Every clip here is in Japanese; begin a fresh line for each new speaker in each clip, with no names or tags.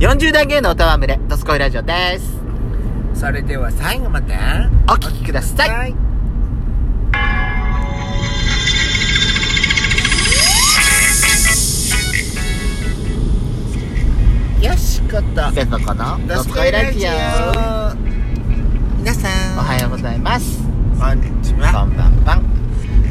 40代芸能とはむれ、ドスコイラジオです。
それでは最後まで
お聞きください。
よしこと
せのこのドスコイラジオ。
皆さん
おはようございます。
こんにち
こ
は
んばんは。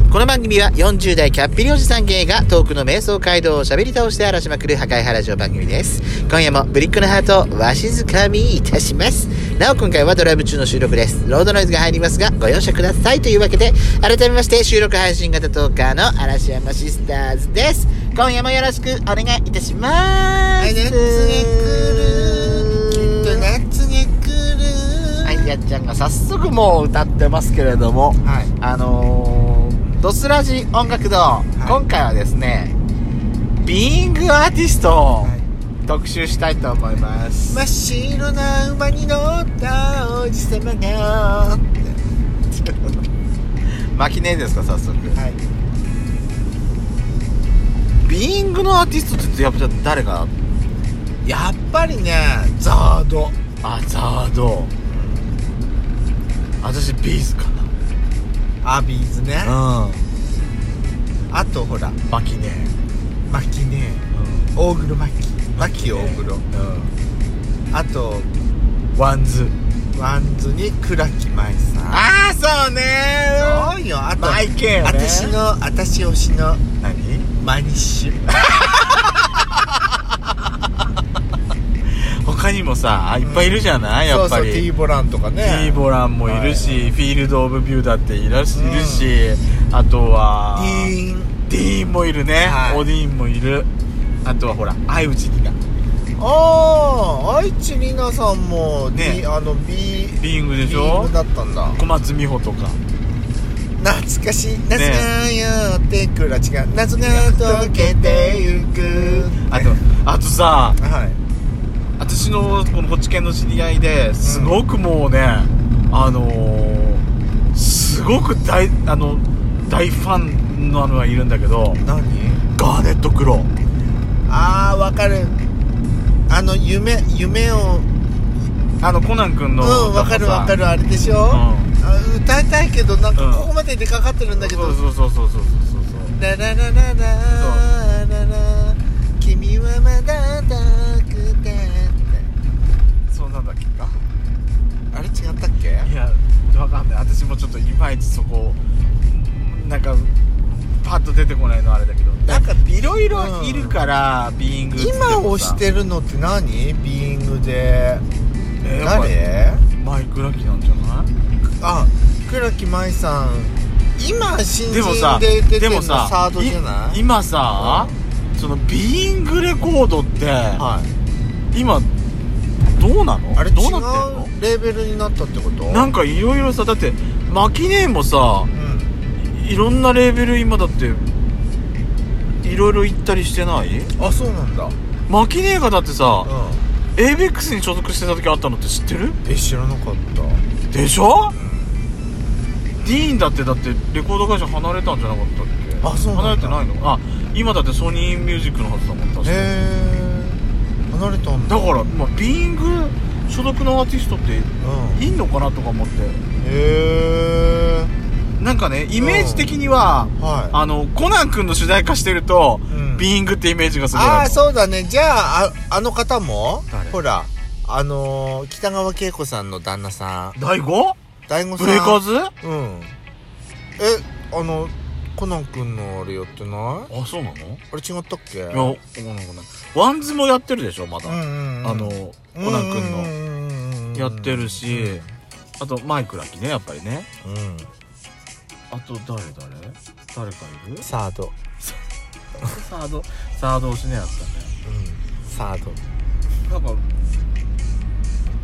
この番組は40代キャッピリおじさん芸がトークの瞑想街道を喋り倒して荒らしまくる破壊ハラジオ番組です。今夜もブリックのハートをわしづかみいたします。なお今回はドライブ中の収録です。ロードノイズが入りますがご容赦くださいというわけで、改めまして収録配信型トーカーの嵐山シスターズです。今夜もよろしくお願いいたします。
はい夏が来るきっと夏が来る
はい、やっちゃんが早速もう歌ってますけれども、
はい
あのー、ドスラジ音楽堂、
い
今回はですね、ビーイングアーティストを特集したいと思います。
真っ白な馬に乗った王子様が
巻きねえですか、早速。
はい
ビーイングのアーティストってやっぱ誰が
やっぱりねザード
あ、ザード。私、ビーズか
アビーズね
な。うん。
あとほら
巻きね
マキね大黒マキマキ大黒
え。うん。
あと
ワンズ。
ワンズに倉木舞さん
ああ、そうね
そうよあと
マイケルね
私の私推しの
何
マニッシュ
他にもさいっぱいいるじゃない、やっぱり
そうそう T ボランとかね
T ボランもいるし、
はい
フィールド・オブ・ビューだっていらし、
うん
いるしあとは
ディーン
ディーンもいるね、
はい
オディーンもいるあとはほら相内にが
ああ愛知里奈さんも、
ね
D- あの B
ビーイングでし
B
ょ
だったんだ
小松美穂とか
懐かしい夏がやってくる、違う夏が溶けてゆく
あとあとさ
はい
私のこのこっち系の知り合いですごくもうね、あのー、すごく大あの大ファンなのはいるんだけど
何
ガーネット・クロウ
ああわかるあの夢夢を
あのコナン君の
うんわかるわかるあれでしょ、あ歌いたいけどなん
うん
かここまで出かかってるんだけど、
そうそうそうそうそうそうそう
ラララララララ君はまだ遠くて
そうなんだっけか
あれ違ったっけ
いやわかんない私もちょっといまいちそこなんかパッと出てこないのあれだけど
なんか
いろいろいるから、ビーイングっつってもさ
今押してるのって何ビーイングで
えーやっ
誰
ぱマイクラキなんじゃない
あ倉木舞さん今新
でも
人
さ
で出て
で
るの
もさ
サードじゃない
今さ、そのビーイングレコードって、
はい
今どうなの
あれ違
どうなってんの
うレーベルになったってこと
なんかいろいろさだってマキネーもさ
うん
いろんなレーベル今だっていろいろ行ったりしてない
あそうなんだ
マキネーがだってさ
う
ABEX に所属してた時あったのって知ってる
んえ知らなかった
でしょ
うん
ディーンだってだってレコード会社離れたんじゃなかったっけ
あそうなんだ
離れてないのあ今だってソニーミュージックのはずだもん確かにだ
へえ離れたんだ
から、まあ、ビーイング所属のアーティストって
うん
いんのかなとか思って
へえ
なんかねイメージ的には
はい
あのコナン君の主題化してると、
うん
ビーイングってイメージがすご
あ
いる
あそうだねじゃあああの方も
誰
ほらあのー北川景子さんの旦那さん
第 5?
大悟さ
ブ
ん
レイカーズ
うんえあのコナン君のあれやってない
あそうなのい
あれ違ったっけ
やわかんないわかんないワンズもやってるでしょまだ、
うんうん
あのコ
うん
ナン君の
の
やってるし、あとマイクラキねやっぱりね
うん
あと誰誰誰かいる
サード
サードサード推しねやった
うんサード
ねなんか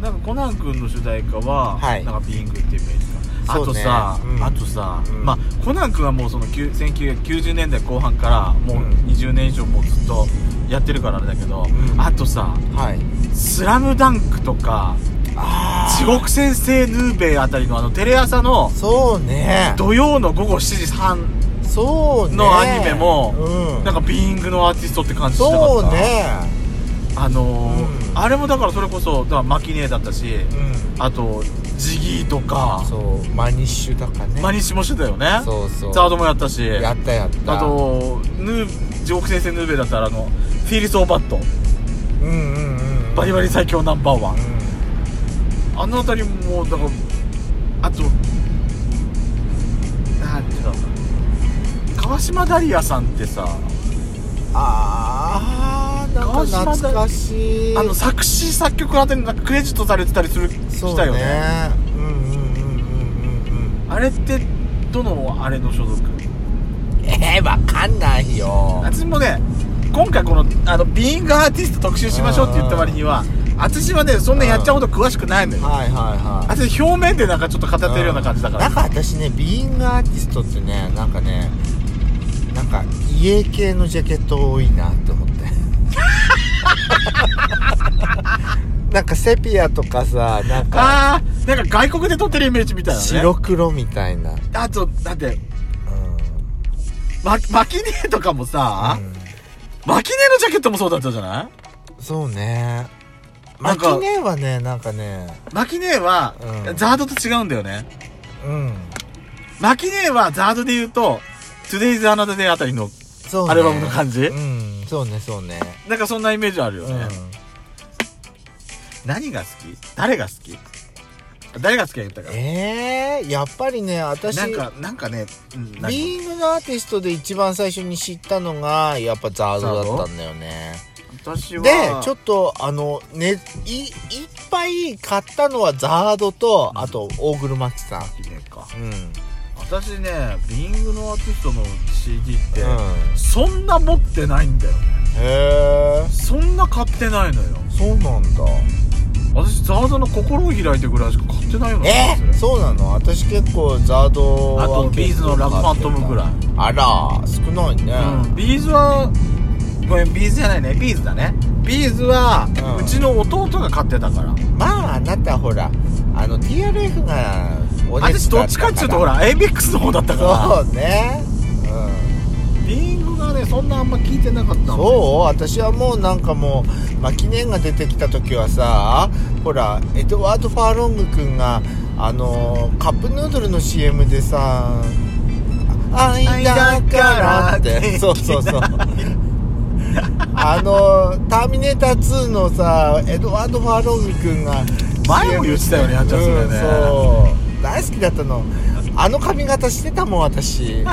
なんかコナン君の主題歌は、
はい
なんかビーイングっていうイメージかあ
そう
と
ね
さ、
うん
あとさ、
うん
まあコナン君はもうその9 1990年代後半からもう
うん
20年以上もうずっとやってるからあれだけど、
うん
あとさ
はい
「スラムダンクとか
あ
「地獄先生ヌーベイ」あたりのあのテレ朝の
そうね
土曜の午後7時半
そうね
のアニメも
うん
なんかビーイングのアーティストって感じしなかった
そうね
あのー
うん
あれもだからそれこそだからマキネーだったし、あとジギーとか
そうマニッシュとかね
マニッシュもしてたよね
そうそう
ザードもやったし
やったやった
あとヌー地獄先生ヌーベだったらあのフィーリス・オーバット
うんうんうん
バリバリ最強ナンバーワン
う
あの辺りもだからあとなんていうの川島ダリアさんってさ
んあーなんか懐かしい
あの作詞作曲のあたりになんかクレジットされてたりする
そ
し
う
た
ね
よね
うんうんうんうんうんうん
あれってどのあれの所属
えー、わかんないよ
私もね今回このあのビーイングアーティスト特集しましょうって言った割には私はねそんなやっちゃうほど詳しくないのよ
はいはいはい
私表面でなんかちょっと語ってるような感じだか
う
ら
んなんか私ねビーイングアーティストってねなんかねなんか家系のジャケット多いなって 思ってなんかセピアとかさなんか
あーなんか外国で撮ってるイメージみたいなね
白黒みたいな、うん
あとだってママキネとかもさ、マキネのジャケットもそうだったじゃない
そうね
な
マ
んか
キネはねなんかね
マキネは、
うん
ザードと違うんだよね
うん
マキネはザードで言うと「Today's Another Day」あたりの
そうね
アルバムの感じ
うんそうねそうね
なんかそんなイメージあるよ
う
ね、
ん
何が好き誰が好き誰が好きが言ったか
えー、やっぱりね私
なんかなんかね、うん、なんか
ビームのアーティストで一番最初に知ったのがやっぱザードだったんだよね
私は
でちょっとあのねいいっぱい買ったのはザードとあと大黒摩季さん
マキネか
うん、うん、
私ねビングのアーティストの CD って、そんな持ってないんだよね
へえ
そんな買ってないのよ
そうなんだ
私ザードの心を開いてぐらいしか買ってないよね
えそうなの私結構ザードは
あとビーズのラブファントムぐらい
あら少ないね、
うん、ビーズはごめんビーズじゃないねビーズだねビーズは、
う
う
ん
ちの弟が買ってたから
まああなたほらあの TRF がお熱
私どっちかっちゅうとほら ABEX の方だったか
そうねうん
らビーングがねそんなあんま聞いてなかったの
そう私はもうなんかもう、まあ、記念が出てきた時はさほらエドワード・ファーロング君があのーカップヌードルの CM でさ「愛だから」っ
愛だからって
てそうそう そうあのー「ターミネーター2」のさエドワード・ファーロング君が
前も言ってたよねあんちゃんそれね
うんそう大好きだったのあの髪型してたもん 私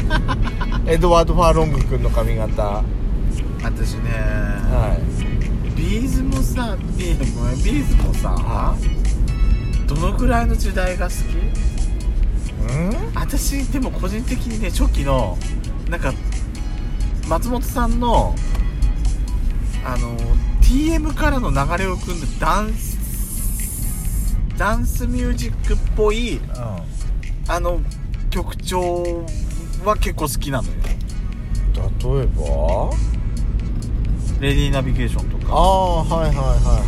エドワード・ファーロング君の髪型は
私ね、
い
ビーズもさビーごめんビーズもさ、どのくらいの時代が好き
うん
私でも個人的にね初期のなんか松本さんのあの TM からの流れを組んでダンスダンスミュージックっぽいあの曲調は結構好きなのよ
例えば
「レディーナビゲーション」と
あ
か
あはいはいは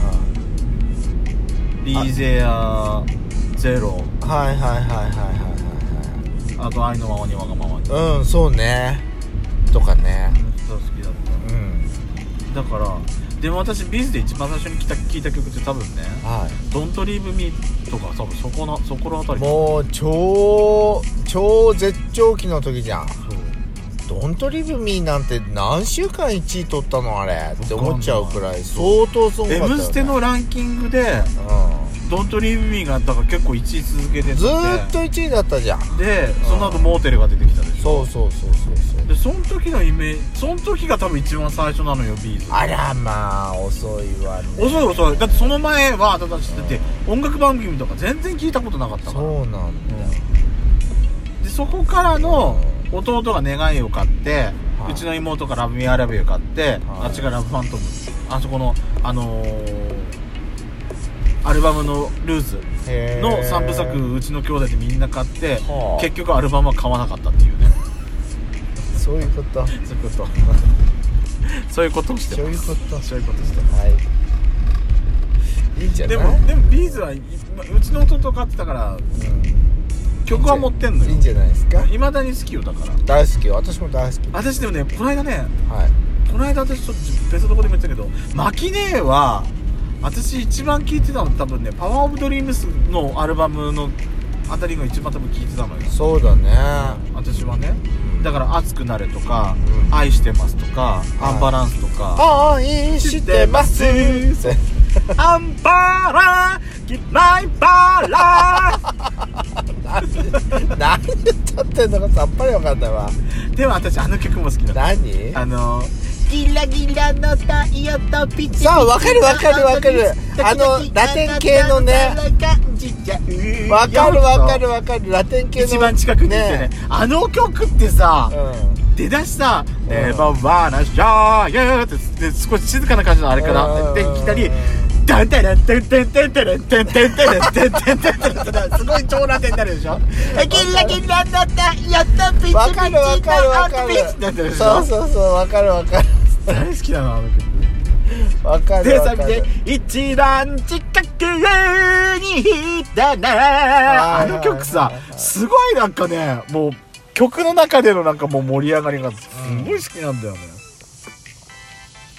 「リーゼアゼロ
いはいはいはいはいはい」
あと「愛のままにわがままに」
はいはいうんそうねとかね
好きだっ
うん
ただからでも私ビーズで一番最初に聞いた聞いた曲って多分ね
は
「Don't Leave Me」とか多分そこのそこら辺
い
り
もう超超絶頂期の時じゃん
そう
「ドントリブミーなんて何週間1位取ったのあれって思っちゃうくらい
そ
相当すごかったよ、ね、
M ステのランキングで「Don't Leave Me」がだから結構1位続けて
う
て
んずーっと1位だったじゃん
でその後モーテルが出てきたでしょ
そうそうそうそうそう
でその時のイメージその時が多分一番最初なのよビーズ
あらまあ遅いわね
遅い遅いだってその前はただ知ってて音楽番組とか全然聞いたことなかったから
そうなんだ
でそこからの弟が願いを買って、
はいう
ちの妹が「ラブ・ミア・ラブ・ユー」買って、
はい
あっちが「ラブ・ファントム」あそこのあのーアルバムの「ルーズ」
へー
の3部作うちの兄弟でみんな買って、
はあ
結局アルバムは買わなかったっていうね
そういうこと
そういうこと そういうことをして
そう
ま
いう
す
こと
そういうことして
はいいいんじゃな
で
い
もでもビーズはいまうちの弟買ってたから
うん
曲は持ってんの
いい
よ
んじゃないですか
いまだに好きよだから
大好きよ私も大好き
私でもねこの間ね
はい
この間私ちょっと別のとこでも言ってたけどマキネーは私一番聴いてたの多分ね「パワー・オブ・ドリームス」のアルバムのあたりが一番多分聴いてたのよ
そうだね
私はねだから「熱くなれ」とか
う
「
ん
愛してます」とか「
はい
アンバランス」とか
愛してます
「アンバラ嫌いバラ」
何言っちゃってんのかさっぱりわかんないわ
でも私あの曲も好きなの
何
あの
ギラギラの太陽とピチピチ
そうわかるわかるわかるあのラテン系のねわかるわかるわかるラテン系の
一番近くにいてねあの曲ってさ、
う
出だしさ
う
「
ん
ネバーワーナシャーユー」って少し静かな感じのあれから
うん
できたり「ダンテレンテンテンテンテレンテンテンテレンテンテンテンテレン」ってすごい超ラテンになるでしょ「キラキラのったやったピチピ
ん
チの
わかるわかるわか
ピチってなって
る
るでし
そう
ょ
そうそうわかるわかる
大好きだなあの曲
わかる
で
わ
サ
か
ビ
る
で「一番近くにいたね」あの曲さすごいなんかねもう曲の中でのなんかもう盛り上がりがすごい好きなんだよね、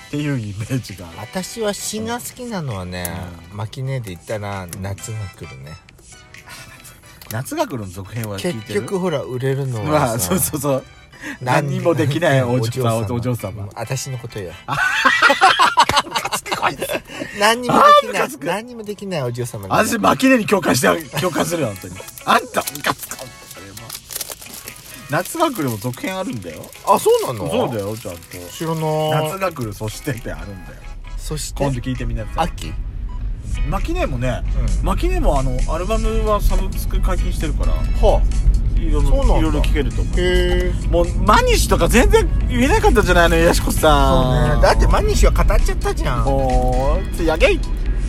っていうイメージがある
私は詩が好きなのはね巻き根で言ったら夏が来るね
夏が来るの続編は聞いて
結
る
局ほら売れるの
ま
はさ
あそうそうそう
何
何にもできないお嬢様お嬢様
私のことよ
こいつ
何にもできない何にもできないお嬢様だね
私マキネに共感して共感するよ本当にあんたムカつく夏が来るも続編あるんだよ
あそうなの
そうだよちゃんと
知らな
夏
い
が来るそしてってあるんだよ
そして
今度聞いてみなさい
秋
マキネもね、マキネもあのアルバムはサブスク解禁してるから
はい
ろいろ
そうなんだ
いろいろ聞けると思
あへえ
うもうマニッシュとか全然言えなかったじゃないのやしこさん
だってマニッシュは語っちゃったじゃん
もうつやげい